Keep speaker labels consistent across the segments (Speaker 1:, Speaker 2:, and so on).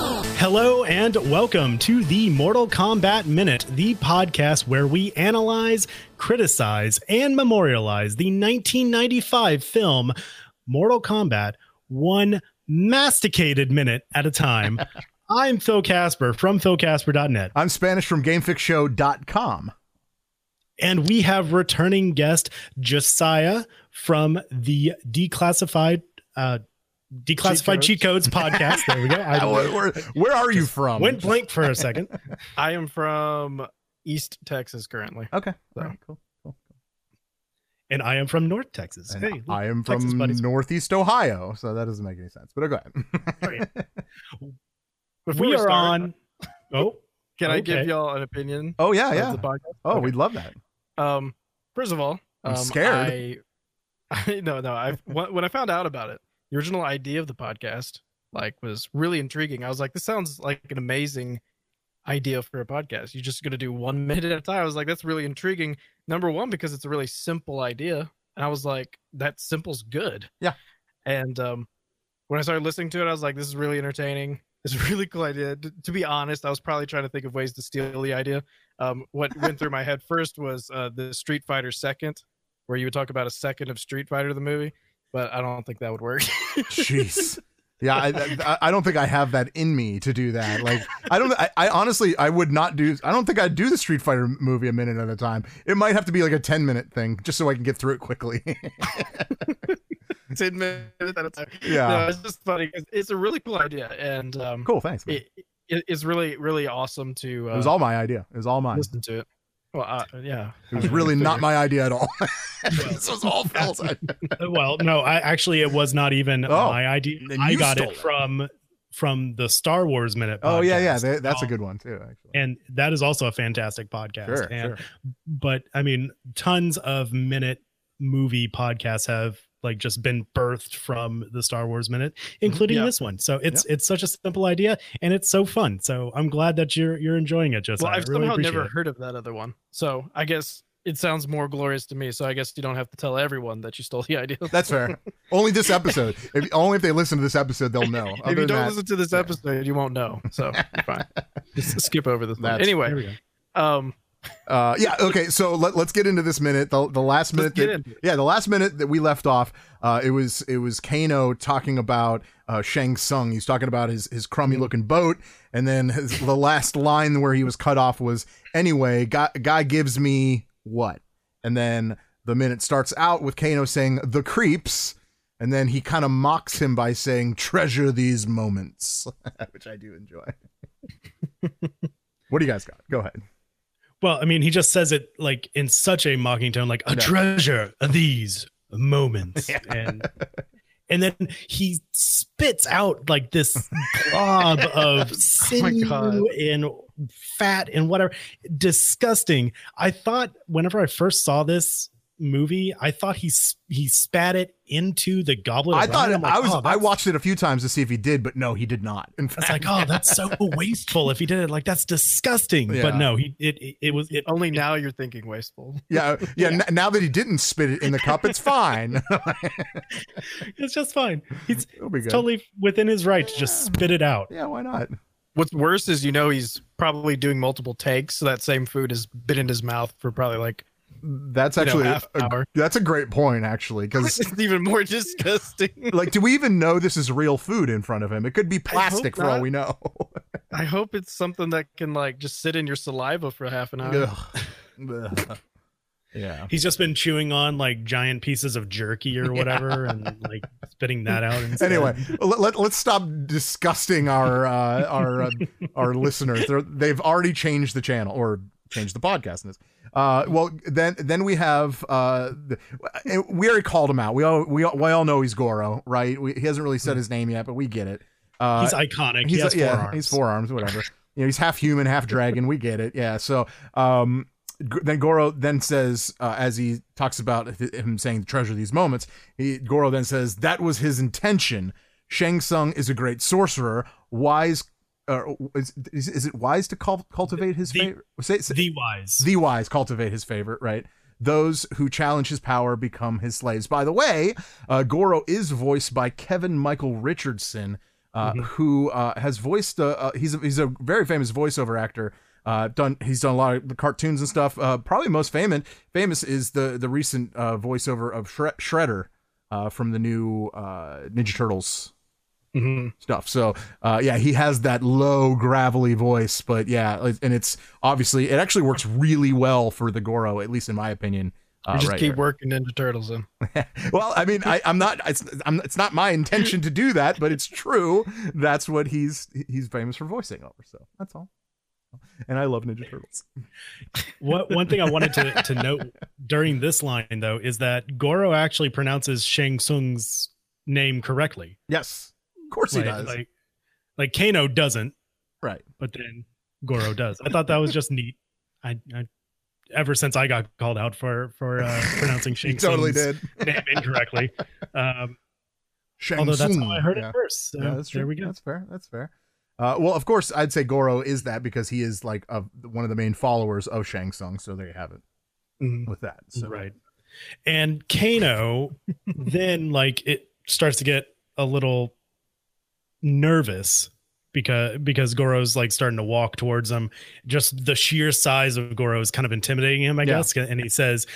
Speaker 1: Hello and welcome to the Mortal Kombat Minute, the podcast where we analyze, criticize, and memorialize the 1995 film Mortal Kombat one masticated minute at a time. I'm Phil Casper from philcasper.net,
Speaker 2: I'm Spanish from GameFixShow.com.
Speaker 1: and we have returning guest Josiah from the declassified uh, declassified cheat codes, podcast. There we go. I um,
Speaker 2: Where, where- where are you from?
Speaker 1: went blank for a second.
Speaker 3: I am from East Texas currently.
Speaker 2: okay.
Speaker 3: So.
Speaker 2: All right, cool. cool.
Speaker 1: and I am from North Texas.
Speaker 2: And
Speaker 1: Hey,
Speaker 2: I am
Speaker 1: Texas
Speaker 2: from
Speaker 1: buddies.
Speaker 2: Northeast Ohio, so that doesn't make any sense. But go
Speaker 1: Oh,
Speaker 2: ahead.
Speaker 3: Before
Speaker 1: we are
Speaker 3: start,
Speaker 1: on. Oh,
Speaker 3: Can I give
Speaker 1: okay.
Speaker 3: y'all an opinion?
Speaker 2: oh yeah,
Speaker 3: of
Speaker 2: yeah.
Speaker 3: the podcast?
Speaker 2: Oh,
Speaker 3: Okay.
Speaker 2: we'd love that.
Speaker 3: Um, first of all,
Speaker 2: I'm
Speaker 3: um,
Speaker 2: scared.
Speaker 3: I, I no, no. I when when I found out about it, the original idea of the podcast like was really intriguing. I was like, this sounds like an amazing idea for a podcast. You're just gonna do one minute at a time. I was like, that's really intriguing. Number one, because it's a really simple idea, and I was like, that simple's good.
Speaker 2: Yeah.
Speaker 3: And um, when I started listening to it, I was like, this is really entertaining. It's a really cool idea. D- to be honest, I was probably trying to think of ways to steal the idea. Um, what went through my head first was uh, the Street Fighter second, where you would talk about a second of Street Fighter the movie, but I don't think that would work.
Speaker 2: Jeez. Yeah, I, I, I don't think I have that in me to do that. Like, I don't. I, I honestly, I would not do. I don't think I'd do the Street Fighter movie a minute at a time. It might have to be like a ten minute thing, just so I can get through it quickly.
Speaker 3: Ten minutes at a time.
Speaker 2: Yeah.
Speaker 3: no, it's just funny. 'cause It's a really cool idea, and um,
Speaker 2: cool, thanks. man. It,
Speaker 3: it, it, it's really really awesome to uh,
Speaker 2: was all my idea. It was all mine.
Speaker 3: listen to it. Well, uh, yeah,
Speaker 2: It was
Speaker 3: I mean,
Speaker 2: really not
Speaker 3: figure.
Speaker 2: my idea at all. this was all Phil's idea.
Speaker 1: uh, well, no. I actually, it was not even
Speaker 2: Oh,
Speaker 1: my idea.
Speaker 2: then
Speaker 1: I
Speaker 2: you
Speaker 1: got
Speaker 2: stole
Speaker 1: it
Speaker 2: it.
Speaker 1: from from the Star Wars minute.
Speaker 2: Oh yeah, yeah,
Speaker 1: podcast.
Speaker 2: that, that's a
Speaker 1: Um,
Speaker 2: good one too. Actually,
Speaker 1: And that is also a fantastic podcast.
Speaker 2: sure,
Speaker 1: and,
Speaker 2: sure.
Speaker 1: But I mean, tons of minute movie podcasts have like just been birthed from the Star Wars minute,
Speaker 2: Mm-hmm.
Speaker 1: including
Speaker 3: Yeah.
Speaker 1: this one. So it's it's such a simple idea and it's so fun. So I'm glad that you're you're enjoying it, Josiah.
Speaker 3: Well, I've
Speaker 1: I really
Speaker 3: somehow
Speaker 1: appreciate
Speaker 3: never
Speaker 1: it.
Speaker 3: heard of that other one, so I guess it sounds more glorious to me. So I guess you don't have to tell everyone that you stole the idea.
Speaker 2: That's fair. only this episode. If, only if they listen to this episode, they'll know. Other
Speaker 3: if you
Speaker 2: than
Speaker 3: don't
Speaker 2: that,
Speaker 3: listen to this
Speaker 2: yeah.
Speaker 3: episode, you won't know. So you're fine. Just skip over this. one.
Speaker 2: That's-
Speaker 1: There
Speaker 3: Anyway,
Speaker 1: we go.
Speaker 3: um,
Speaker 2: uh, yeah. Okay, so let, let's get into this minute. The, the last
Speaker 3: let's
Speaker 2: minute.
Speaker 3: get
Speaker 2: that-
Speaker 3: into it.
Speaker 2: yeah, the last minute that we left off, uh, it was it was Kano talking about uh, Shang Tsung. He's talking about his his crummy looking boat, and then his, the last line where he was cut off was, "Anyway, guy, guy gives me what?" And then the minute starts out with Kano saying, "The creeps." And then he kind of mocks him by saying, "Treasure these moments," which I do enjoy. what do you guys got? Go ahead.
Speaker 1: Well, I mean, he just says it like in such a mocking tone, like a
Speaker 2: Yeah.
Speaker 1: treasure of these moments, and and then he spits out like this blob
Speaker 2: Oh
Speaker 1: of sinew
Speaker 3: God.
Speaker 1: and fat and whatever, disgusting. I thought whenever I first saw this movie, I thought he s- he spat it into the goblet. of
Speaker 2: I
Speaker 1: ramen.
Speaker 2: thought
Speaker 1: I'm like,
Speaker 2: I was.
Speaker 1: "Oh,
Speaker 2: I
Speaker 1: that's-
Speaker 2: watched it a few times to see if he did, but no, he did not. In fact,
Speaker 1: It's like, oh, that's so wasteful. If he did it, like that's disgusting. But
Speaker 2: Yeah.
Speaker 1: no, he it it, it was it
Speaker 3: Only now you're thinking wasteful.
Speaker 2: yeah, yeah. N- now that he didn't spit it in the cup, it's fine.
Speaker 1: it's just fine. He's
Speaker 2: It'll be good.
Speaker 1: totally within his right to just spit it out.
Speaker 2: Yeah, why not?
Speaker 3: What's worse is you know he's probably doing multiple takes, so that same food has been in his mouth for probably like
Speaker 2: That's
Speaker 3: You know,
Speaker 2: actually
Speaker 3: half
Speaker 2: a-
Speaker 3: hour.
Speaker 2: that's a great point, actually, because
Speaker 3: it's even more disgusting.
Speaker 2: like, do we even know this is real food in front of him? It could be plastic for all
Speaker 3: not.
Speaker 2: we know.
Speaker 3: I hope it's something that can like just sit in your saliva for half an hour.
Speaker 2: Ugh. Ugh. yeah.
Speaker 1: He's just been chewing on like giant pieces of jerky or whatever and like spitting that out. Instead.
Speaker 2: Anyway, let, let, let's stop disgusting our uh, our uh, our listeners. They're, they've already changed the channel or changed the podcast. In this. Uh, well, then then we have uh, the, we already called him out. We all we all, we all know he's Goro, right? We, he hasn't really said his name yet, but we get it. Uh,
Speaker 1: he's iconic. he has
Speaker 2: a- yeah,
Speaker 1: forearms.
Speaker 2: he's forearms, whatever. you know, he's half human, half dragon. We get it. Yeah. So, um, G- then Goro then says, uh, as he talks about th- him saying treasure these moments, he, Goro then says that was his intention. Shang Tsung is a great sorcerer, wise. Uh, is, is, is it wise to cul- cultivate his
Speaker 1: The-
Speaker 2: favor? Say, say,
Speaker 1: the wise.
Speaker 2: the wise cultivate his favorite, right? Those who challenge his power become his slaves. By the way, uh, Goro is voiced by Kevin Michael Richardson, uh,
Speaker 1: Mhm.
Speaker 2: who uh, has voiced. Uh, uh, he's a, he's a very famous voiceover actor. Uh, done he's done a lot of cartoons and stuff. Uh, probably most famous famous is the the recent uh, voiceover of Shre- Shredder uh, from the new uh, Ninja Turtles
Speaker 3: Mhm.
Speaker 2: stuff. So uh, yeah, he has that low gravelly voice, but yeah, like- and it's obviously it actually works really well for the Goro, at least in my opinion. Uh,
Speaker 3: We just
Speaker 2: right
Speaker 3: keep
Speaker 2: here.
Speaker 3: working Ninja Turtles in.
Speaker 2: well, I mean, I, I'm not. It's, I'm, it's not my intention to do that, but it's true. That's what he's he's famous for voicing over. So that's all. And I love Ninja Turtles.
Speaker 1: What one thing I wanted to, to note during this line though is that Goro actually pronounces Shang Tsung's name correctly.
Speaker 2: Yes, of course
Speaker 1: Like,
Speaker 2: he does.
Speaker 1: like like Kano doesn't,
Speaker 2: right.
Speaker 1: but then Goro does. I thought that was just neat. I, I ever since I got called out for for uh, pronouncing
Speaker 2: He
Speaker 1: Shang
Speaker 2: totally
Speaker 1: Tsung's
Speaker 2: did.
Speaker 1: name incorrectly. Um,
Speaker 2: Shang
Speaker 1: although that's how
Speaker 2: Tsung.
Speaker 1: I heard
Speaker 2: Yeah.
Speaker 1: it first. So
Speaker 2: yeah, that's true.
Speaker 1: there we go.
Speaker 2: That's fair. That's fair. Uh, well, of course, I'd say Goro is that because he is like a, one of the main followers of Shang Tsung. So there you have it
Speaker 3: Mhm.
Speaker 2: with that. So.
Speaker 1: Mm-hmm. Right. And Kano then like it starts to get a little nervous because because Goro's like starting to walk towards him. Just the sheer size of Goro is kind of intimidating him, I
Speaker 2: Yeah.
Speaker 1: guess. And he says,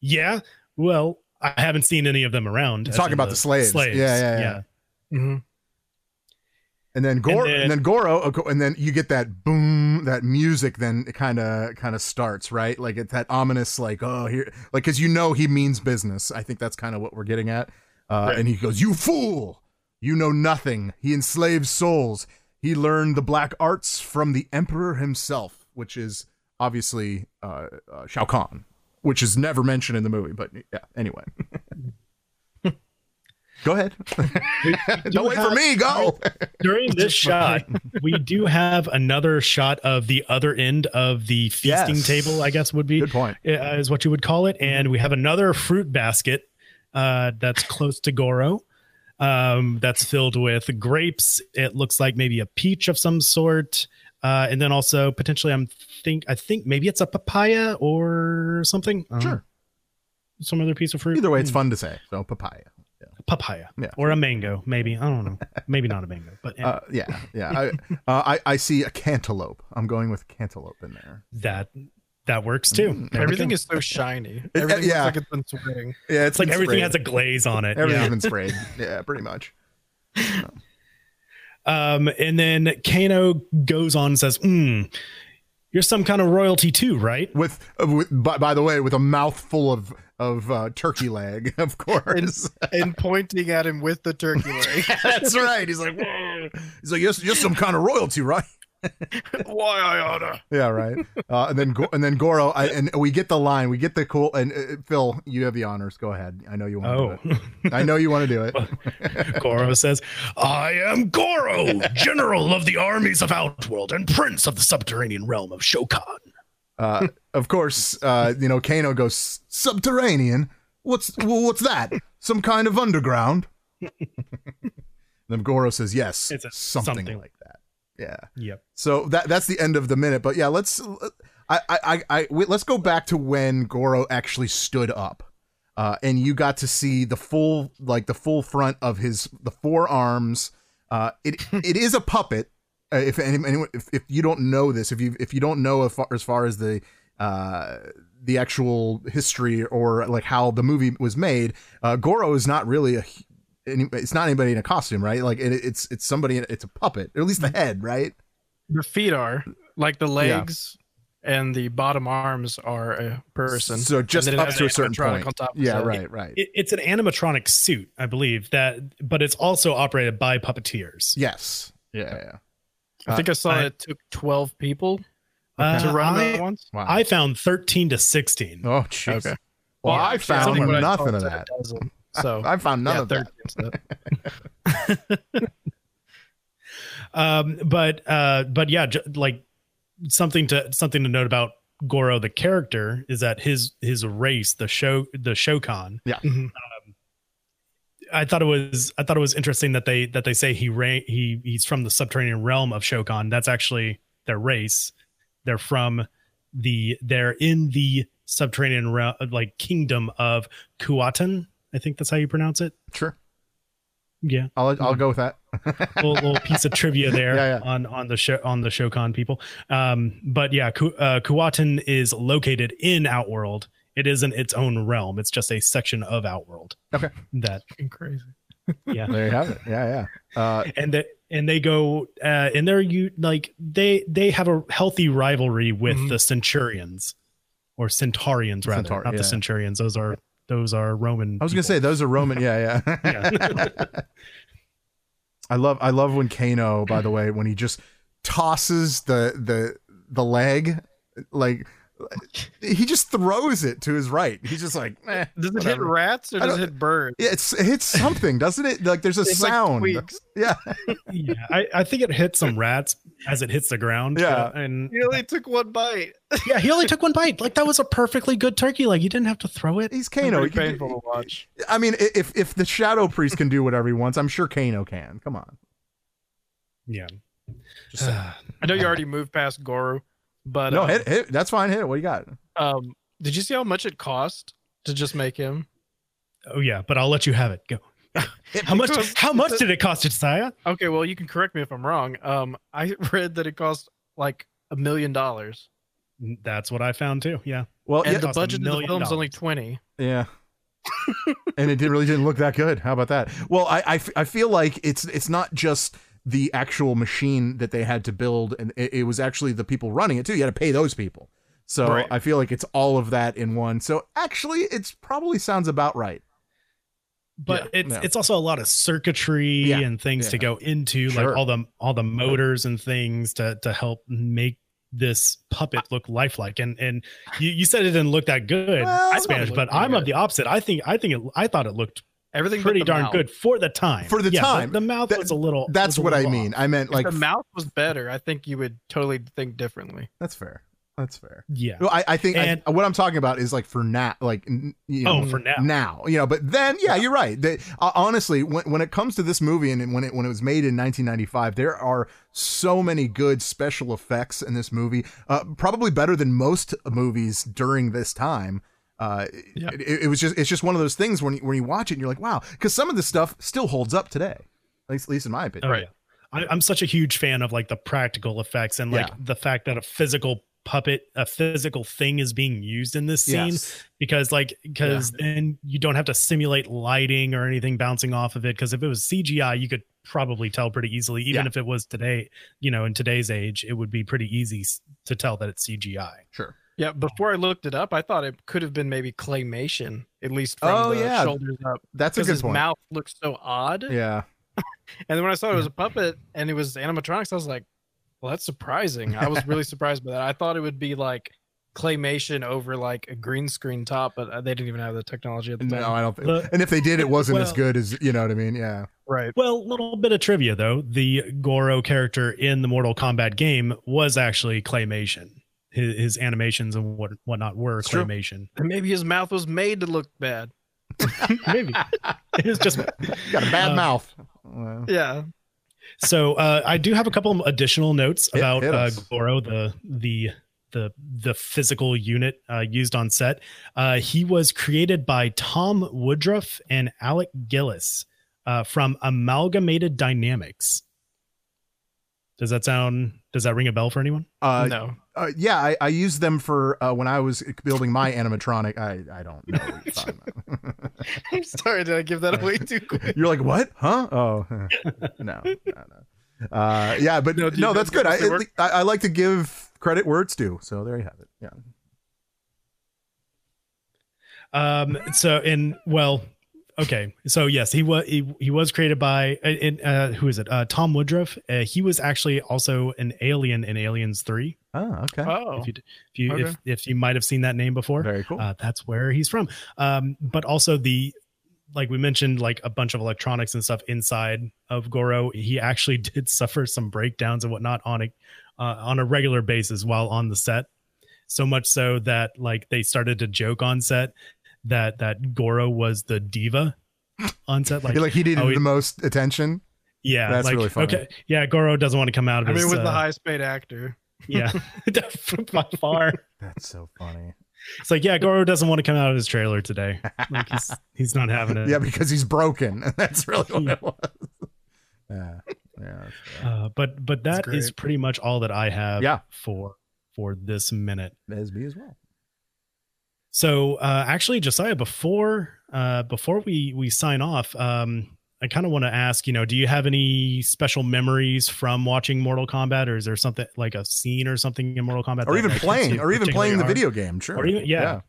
Speaker 1: Yeah, well, I haven't seen any of them around.
Speaker 2: He's
Speaker 1: As
Speaker 2: talking
Speaker 1: in
Speaker 2: about the slaves. Yeah, yeah, yeah.
Speaker 3: Mhm.
Speaker 2: And then Goro, and
Speaker 1: And
Speaker 2: then,
Speaker 1: then-
Speaker 2: Goro, of cour- and then you get that boom, that music. Then it kind of kind of starts right, like it's that ominous, like oh here, like because you know he means business. I think that's kind of what we're getting at. Uh,
Speaker 1: Right.
Speaker 2: And he goes, "You fool! You know nothing. He enslaves souls. He learned the black arts from the emperor himself, which is obviously uh, uh, Shao Kahn, which is never mentioned in the movie. But yeah, anyway." Go ahead. Don't wait for
Speaker 1: have-
Speaker 2: me. Go.
Speaker 1: During this shot, we do have another shot of the other end of the feasting
Speaker 2: Yes.
Speaker 1: table, I guess would be.
Speaker 2: Good point.
Speaker 1: uh, is what you would call it. And we have another fruit basket uh, that's close to Goro um, that's filled with grapes. It looks like maybe a peach of some sort. Uh, and then also potentially I'm think I think maybe it's a papaya or something. I don't know.
Speaker 2: Sure.
Speaker 1: Some other piece of fruit.
Speaker 2: Uh-huh.
Speaker 1: Mm,
Speaker 2: Mm-hmm. Either way, it's fun to say. So papaya.
Speaker 1: Papaya.
Speaker 2: Yeah.
Speaker 1: Or a mango, maybe. I don't know. Maybe not a mango, but
Speaker 2: Uh, yeah, yeah. I, uh, I I see a cantaloupe. I'm going with cantaloupe in there.
Speaker 1: that that works too.
Speaker 2: Mm, there we
Speaker 3: Everything
Speaker 2: go.
Speaker 3: is so shiny. Everything
Speaker 2: yeah.
Speaker 3: looks like it's been sweating.
Speaker 2: yeah,
Speaker 1: It's like everything has a glaze on it.
Speaker 2: everything's
Speaker 1: Yeah.
Speaker 2: been sprayed. Yeah, pretty much.
Speaker 1: Um, and then Kano goes on and says, mm, You're some kind of royalty too, right?
Speaker 2: With, uh, with by, by the way, with a mouthful of of uh, turkey leg, of course.
Speaker 3: And pointing at him with the turkey leg.
Speaker 2: That's right. He's like, Whoa. he's like, you're, you're some kind of royalty, right?
Speaker 3: Why I oughta.
Speaker 2: Yeah, right. Uh, and then Go- and then Goro, I, and we get the line. We get the cool. And uh, Phil, you have the honors. Go ahead. I know you want.
Speaker 1: Oh,
Speaker 2: to do it. I know you want to do it.
Speaker 1: Goro says, I am Goro, general of the armies of Outworld and prince of the subterranean realm of Shokan.
Speaker 2: uh, of course, uh, you know, Kano goes subterranean. What's well, what's that? Some kind of underground. then Goro says yes,
Speaker 1: It's a-
Speaker 2: something,
Speaker 1: something.
Speaker 2: like that. Yeah.
Speaker 1: Yep.
Speaker 2: So that that's the end of the minute. But yeah, let's I I I, I wait, let's go back to when Goro actually stood up. Uh, and you got to see the full like the full front of his the forearms. Uh, it it is a puppet. Uh, if any, anyone if, if you don't know this, if you if you don't know as far as, far as the uh, the actual history or like how the movie was made, uh, Goro is not really a hu- any, it's not anybody in a costume, right? Like it, it's it's somebody it's a puppet, or at
Speaker 3: Mm-hmm.
Speaker 2: least the head, right?
Speaker 3: The feet are like the legs and the bottom arms are a person.
Speaker 2: So just
Speaker 3: And then it
Speaker 2: up
Speaker 3: has
Speaker 2: to a certain
Speaker 3: an animatronic
Speaker 2: point.
Speaker 3: on top of
Speaker 2: Yeah,
Speaker 3: it.
Speaker 2: right, right.
Speaker 1: It, it's an animatronic suit, I believe, that, but it's also operated by puppeteers.
Speaker 2: yes. Yeah, yeah.
Speaker 3: I think I saw
Speaker 1: I-
Speaker 3: it took 12 people
Speaker 1: Uh,
Speaker 3: to run
Speaker 1: I,
Speaker 3: that once.
Speaker 2: Wow.
Speaker 1: I found 13 to 16.
Speaker 2: oh, jeez.
Speaker 3: Okay.
Speaker 2: Well,
Speaker 3: Yeah,
Speaker 2: I
Speaker 3: actually, I
Speaker 2: found
Speaker 3: think what I
Speaker 2: nothing
Speaker 3: saw
Speaker 2: of
Speaker 3: was a
Speaker 2: that.
Speaker 3: dozen. So
Speaker 2: I found none
Speaker 3: yeah,
Speaker 2: of that.
Speaker 3: 13 instead.
Speaker 1: um but uh but yeah j- like something to something to note about goro the character is that his his race the show the shokan um,
Speaker 3: Mhm.
Speaker 1: i thought it was i thought it was interesting that they that they say he ra- he he's from the subterranean realm of shokan that's actually their race they're from the they're in the subterranean realm like kingdom of kuatan i think that's how you pronounce it
Speaker 2: Sure.
Speaker 1: Yeah.
Speaker 2: I'll I'll
Speaker 3: Mm-hmm.
Speaker 2: go with that.
Speaker 1: little, little piece of trivia there
Speaker 2: Yeah, yeah.
Speaker 1: on on the show on the Shokan people. Um, but yeah, Ku, uh, Kuwatan is located in Outworld. It isn't its own realm. It's just a section of Outworld.
Speaker 2: Okay.
Speaker 1: That
Speaker 3: Fucking crazy.
Speaker 1: yeah,
Speaker 2: There you have it. Yeah, yeah. Uh,
Speaker 1: and that and they go uh, and they're you like they they have a healthy rivalry with
Speaker 3: Mhm.
Speaker 1: the Centurions or Centaurians rather,
Speaker 2: Mm-hmm. Centaur-
Speaker 1: not
Speaker 2: yeah.
Speaker 1: the Centurions. Those are those are Roman.
Speaker 2: I was gonna say those are Roman. Yeah, yeah. I love I love when Kano, by the way, when he just tosses the the the leg, like he just throws it to his right. He's just like, eh.
Speaker 3: Does it
Speaker 2: Whatever.
Speaker 3: hit rats or
Speaker 2: I
Speaker 3: does it
Speaker 2: don't-
Speaker 3: hit birds?
Speaker 2: Yeah, it's it hits something, doesn't it? Like there's a
Speaker 3: It's like
Speaker 2: sound.
Speaker 3: twigs.
Speaker 2: yeah,
Speaker 1: yeah, I, I think it hit some rats as it hits the ground.
Speaker 2: Yeah.
Speaker 1: uh, and
Speaker 3: He only took one bite.
Speaker 1: Yeah, he only took one bite. Like that was a perfectly good turkey leg. You didn't have to throw it.
Speaker 2: he's Kano. He
Speaker 3: Pretty
Speaker 2: can do-
Speaker 3: painful to watch.
Speaker 2: I mean, i- if if the Shadow Priest can do whatever he wants, I'm sure Kano can. Come on.
Speaker 1: Yeah.
Speaker 2: Just saying.
Speaker 3: I know you already moved past Goro, but
Speaker 2: no,
Speaker 3: um,
Speaker 2: hit, hit. That's fine. Hit it. What do you got?
Speaker 3: um, did you see how much it cost to just make him?
Speaker 1: oh yeah, but I'll let you have it. Go. How much
Speaker 3: because-
Speaker 1: how much did it cost you, Saya?
Speaker 3: Okay, well you can correct me if I'm wrong. Um, I read that it cost like a million dollars,
Speaker 1: That's what I found too. Yeah.
Speaker 2: Well,
Speaker 3: and
Speaker 2: yeah,
Speaker 3: the
Speaker 1: cost a
Speaker 3: budget of the
Speaker 1: million
Speaker 3: film's only
Speaker 1: dollars.
Speaker 3: twenty.
Speaker 2: Yeah. and it didn't really didn't look that good. How about that? Well, I, I, f- I feel like it's it's not just the actual machine that they had to build, and it, it was actually the people running it too. You had to pay those people. So
Speaker 3: Right.
Speaker 2: I feel like it's all of that in one. So actually, it's probably sounds about right.
Speaker 1: But
Speaker 2: Yeah,
Speaker 1: it's
Speaker 2: no.
Speaker 1: it's also a lot of circuitry
Speaker 2: Yeah,
Speaker 1: and things to
Speaker 2: yeah.
Speaker 1: go into,
Speaker 2: Sure.
Speaker 1: like all the all the motors and things to to help make this puppet look lifelike. And and you, you said it didn't look that good
Speaker 2: Well,
Speaker 1: in Spanish,
Speaker 3: it
Speaker 1: but
Speaker 3: looked
Speaker 1: I'm
Speaker 3: pretty
Speaker 1: of the opposite. I think I think it I thought it looked
Speaker 3: Everything but
Speaker 1: pretty
Speaker 3: the
Speaker 1: darn
Speaker 3: mouth.
Speaker 1: good for the time.
Speaker 2: For the
Speaker 1: Yeah,
Speaker 2: time.
Speaker 1: The mouth
Speaker 2: That-
Speaker 1: was a little
Speaker 2: That's
Speaker 1: was a
Speaker 2: what I
Speaker 1: little
Speaker 2: mean.
Speaker 1: off.
Speaker 2: I meant
Speaker 3: If
Speaker 2: like
Speaker 3: the mouth was better, I think you would totally think differently.
Speaker 2: that's fair. That's fair.
Speaker 1: Yeah.
Speaker 2: Well, I, I think I-
Speaker 1: And-
Speaker 2: what I'm talking about is like for now, like n- you know,
Speaker 1: Oh, for now.
Speaker 2: now, you know. But then, yeah, you're right. They, uh, honestly, when, when it comes to this movie and when it when it was made in 1995, there are so many good special effects in this movie, uh, probably better than most movies during this time. Uh,
Speaker 3: Yeah.
Speaker 2: it, it was just it's just one of those things when you, when you watch it and you're like, wow, because some of this stuff still holds up today, at least, at least in my opinion.
Speaker 1: Oh,
Speaker 3: Right.
Speaker 1: yeah. I, I'm such a huge fan of like the practical effects and like
Speaker 2: Yeah.
Speaker 1: the fact that a physical puppet, a physical thing is being used in this scene
Speaker 2: Yes.
Speaker 1: because like because then you don't have to simulate lighting or anything bouncing off of it. Because if it was CGI, you could probably tell pretty easily. Even
Speaker 2: Yeah.
Speaker 1: if it was today, you know, in today's age, it would be pretty easy s- to tell that it's CGI.
Speaker 2: Sure.
Speaker 3: Yeah, before I looked it up, I thought it could have been maybe claymation, at least from
Speaker 2: Oh,
Speaker 3: the
Speaker 2: yeah.
Speaker 3: shoulders up,
Speaker 2: That's a
Speaker 3: because
Speaker 2: good
Speaker 3: his
Speaker 2: point.
Speaker 3: mouth looks so odd.
Speaker 2: yeah.
Speaker 3: And then when I saw it was a puppet and it was animatronics, I was like, well, that's surprising. I was really surprised by that. I thought it would be like claymation over like a green screen top, but uh, they didn't even have the technology at the time.
Speaker 2: No, I don't think.
Speaker 1: Look-
Speaker 2: and if they did, it wasn't as
Speaker 1: Well-
Speaker 2: good as you know what I mean. Yeah.
Speaker 3: Right.
Speaker 1: Well, little bit of trivia though. The Goro character in the Mortal Kombat game was actually claymation. His, his animations and what whatnot were
Speaker 2: It's true.
Speaker 1: claymation.
Speaker 3: And maybe his mouth was made to look bad.
Speaker 1: Maybe it was just
Speaker 2: Got a bad
Speaker 1: Uh,
Speaker 2: mouth. Well,
Speaker 3: Yeah.
Speaker 1: so. Uh, I do have a couple additional notes
Speaker 2: Hit-
Speaker 1: about
Speaker 2: hit
Speaker 1: uh,
Speaker 2: us.
Speaker 1: Goro, the the the the physical unit uh, used on set. Uh, he was created by Tom Woodruff and Alec Gillis uh, from Amalgamated Dynamics. Does that sound? Does that ring a bell for anyone?
Speaker 2: Uh,
Speaker 3: no.
Speaker 2: uh, yeah, I, I used them for uh, when I was building my animatronic. I, I don't know. What you're, talking about.
Speaker 3: I'm sorry. Did I give that away too quick?
Speaker 2: you're like what? Huh? Oh, huh. no, no, no. Uh, yeah, but no,
Speaker 3: No, do you know
Speaker 2: that's good. I,
Speaker 3: does it
Speaker 2: at
Speaker 3: work?
Speaker 2: le- I I like to give credit where it's due. So there you have it. Yeah.
Speaker 1: Um. So in well, okay. So yes, he was he, he was created by uh, in uh, who is it? Uh, Tom Woodruff. Uh, he was actually also an alien in Aliens Three.
Speaker 2: Oh, okay.
Speaker 3: Oh.
Speaker 1: If you d- if you if,
Speaker 3: okay.
Speaker 1: if you might have seen that name before,
Speaker 2: Very cool.
Speaker 1: uh, that's where he's from. Um. But also the like we mentioned, like a bunch of electronics and stuff inside of Goro. He actually did suffer some breakdowns and whatnot on a uh, on a regular basis while on the set. So much so that like they started to joke on set that that Goro was the diva on set. Like,
Speaker 2: You're like he needed
Speaker 1: oh, he-
Speaker 2: the most attention.
Speaker 1: yeah,
Speaker 2: that's
Speaker 1: like,
Speaker 2: really funny.
Speaker 1: Okay, yeah, Goro doesn't want to come out of
Speaker 3: I
Speaker 1: his.
Speaker 3: mean, with
Speaker 1: uh,
Speaker 3: the highest paid actor.
Speaker 1: yeah, by far.
Speaker 2: That's so funny.
Speaker 1: It's like, yeah, Goro doesn't want to come out of his trailer today. Like he's he's not having it.
Speaker 2: yeah, because he's broken. That's really what it was. Yeah, yeah. that's right.
Speaker 1: Uh, but but
Speaker 3: That's
Speaker 1: that is
Speaker 3: great.
Speaker 1: pretty much all that I have
Speaker 2: Yeah.
Speaker 1: for for this minute.
Speaker 2: That's me as well.
Speaker 1: So uh, actually, Josiah, before uh, before we we sign off, um, I kind of want to ask, you know, do you have any special memories from watching Mortal Kombat, or is there something like a scene or something in Mortal Kombat,
Speaker 2: Or
Speaker 1: that
Speaker 2: even
Speaker 1: actually
Speaker 2: playing,
Speaker 1: seemed
Speaker 2: or even playing the
Speaker 1: particularly
Speaker 2: video game. Sure.
Speaker 1: Or even- yeah.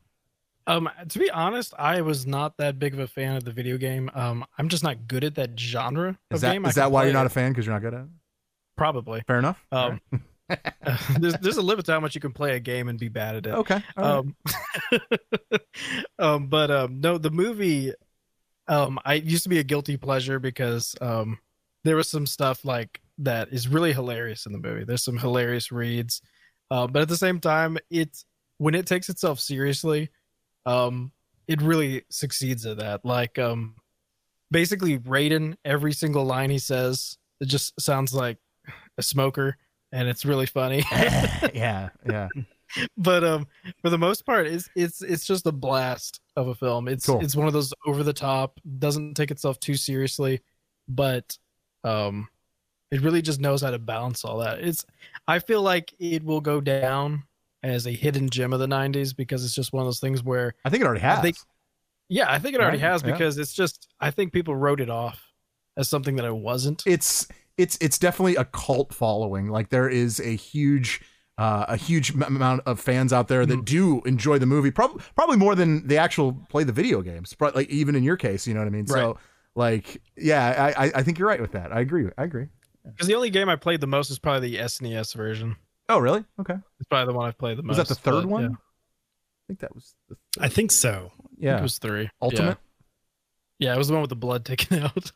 Speaker 3: Um, to be honest, I was not that big of a fan of the video game. Um, I'm just not good at that genre
Speaker 2: Is
Speaker 3: of
Speaker 2: that
Speaker 3: game.
Speaker 2: is that why you're not a fan? Because you're not good at it.
Speaker 3: probably?
Speaker 2: Fair enough. All
Speaker 3: Um, there's there's a limit to how much you can play a game and be bad at it.
Speaker 2: right. okay. all right.
Speaker 3: um, um but um no the movie um i it used to be a guilty pleasure because um there was some stuff like that is really hilarious in the movie there's some hilarious reads uh, but at the same time it's when it takes itself seriously um it really succeeds at that like um basically raiden every single line he says it just sounds like a smoker and it's really funny
Speaker 2: yeah, yeah.
Speaker 3: but um for the most part it's it's it's just a blast of a film it's
Speaker 2: Cool.
Speaker 3: it's one of those over the top doesn't take itself too seriously but um it really just knows how to balance all that it's i feel like it will go down as a hidden gem of the 90s because it's just one of those things where
Speaker 2: I think it already has.
Speaker 3: think- yeah i think it already
Speaker 2: Right,
Speaker 3: has
Speaker 2: yeah.
Speaker 3: because it's just i think people wrote it off as something that it wasn't
Speaker 2: it's it's it's definitely a cult following. Like there is a huge uh, a huge m- amount of fans out there that do enjoy the movie, prob- probably more than the actual play the video games. But like even in your case, you know what I mean. So like yeah, I I- I think you're right with that. I agree. I agree.
Speaker 3: because the only game i played the most is probably the snes version
Speaker 2: Oh really? Okay.
Speaker 3: it's probably the one i've played the
Speaker 2: Was
Speaker 3: most
Speaker 2: that the third
Speaker 3: but,
Speaker 2: one?
Speaker 3: yeah, I
Speaker 2: I think that was. The
Speaker 1: hard. I think so.
Speaker 3: think
Speaker 2: Yeah.
Speaker 3: it was three Yeah.
Speaker 2: Ultimate.
Speaker 3: Yeah, it was the one with the blood taken out.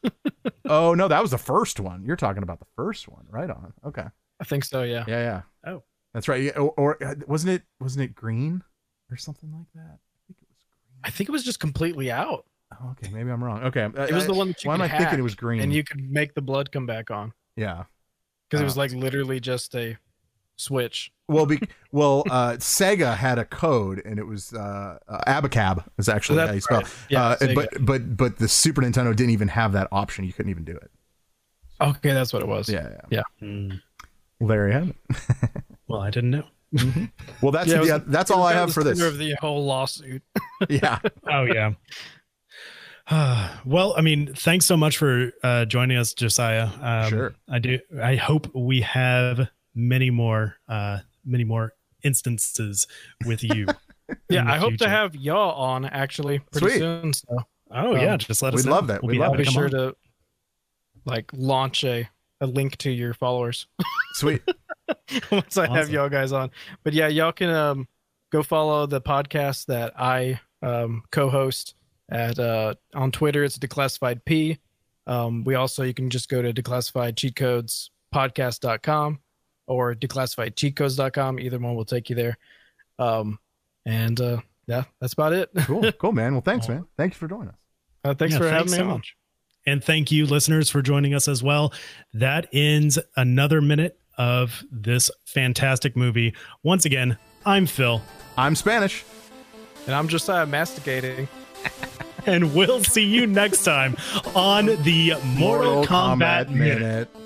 Speaker 2: Oh no, that was the first one. You're talking about the first one, right on. Okay.
Speaker 3: I think so, yeah.
Speaker 2: Yeah, yeah.
Speaker 1: Oh.
Speaker 2: that's right. Yeah, or, or uh, wasn't it wasn't it green or something like that? I think it was green.
Speaker 3: I think it was just completely out.
Speaker 2: Oh, okay, maybe I'm wrong. Okay, uh,
Speaker 3: It was the one that you
Speaker 2: Why am
Speaker 3: could
Speaker 2: I
Speaker 3: hack,
Speaker 2: thinking it was green?
Speaker 3: and you could make the blood come back on
Speaker 2: yeah.
Speaker 3: because it was
Speaker 2: Oh.
Speaker 3: like literally just a switch.
Speaker 2: Well, be, well, uh, Sega had a code, and it was uh, uh, Abacab is actually how you
Speaker 3: Oh, that's
Speaker 2: spell.
Speaker 3: right. Yeah,
Speaker 2: uh,
Speaker 3: Sega.
Speaker 2: but but but the Super Nintendo didn't even have that option. You couldn't even do it.
Speaker 3: Okay, that's what it was.
Speaker 2: Yeah, yeah.
Speaker 1: Hmm.
Speaker 2: Well, there you have it.
Speaker 1: Well, I didn't know.
Speaker 2: Well, that's
Speaker 3: Yeah, it was-
Speaker 2: the, uh, that's all I
Speaker 3: That
Speaker 2: have
Speaker 3: was
Speaker 2: for this.
Speaker 3: center Of the whole lawsuit.
Speaker 2: yeah,
Speaker 1: Oh yeah. well, I mean, thanks so much for uh, joining us, Josiah. Um,
Speaker 2: Sure.
Speaker 1: I do. I hope we have many more, uh, many more instances with you.
Speaker 3: Yeah,
Speaker 1: in the
Speaker 3: I hope to
Speaker 1: future.
Speaker 3: have y'all on actually pretty
Speaker 2: Sweet.
Speaker 3: soon. So
Speaker 1: Oh
Speaker 3: Um,
Speaker 1: yeah, just let us.
Speaker 2: we'd
Speaker 1: know.
Speaker 2: love that.
Speaker 1: We'll
Speaker 2: We'd
Speaker 1: be
Speaker 2: love
Speaker 3: I'll
Speaker 1: happy
Speaker 3: be
Speaker 1: to come
Speaker 3: sure
Speaker 1: on.
Speaker 3: to like launch a a link to your followers
Speaker 2: sweet.
Speaker 3: once I have
Speaker 1: Awesome.
Speaker 3: y'all guys on. But yeah, y'all can um go follow the podcast that I um co-host at uh on Twitter. It's declassified P. Um we also you can just go to declassified cheat codes podcast.com or declassified cheat codes.com. Either one will take you there. Um and uh yeah, that's about it.
Speaker 2: cool, cool, man. Well, thanks, man. Thanks for joining us.
Speaker 3: Uh, thanks
Speaker 1: Yeah,
Speaker 3: for having
Speaker 1: thanks
Speaker 3: me
Speaker 1: so
Speaker 3: on.
Speaker 1: much. And thank you, listeners, for joining us as well. That ends another minute of this fantastic movie. Once again, I'm Phil,
Speaker 2: I'm Spanish.
Speaker 3: And I'm Josiah masticating.
Speaker 1: and we'll see you next time on the Mortal, Kombat, Minute.
Speaker 2: Minute.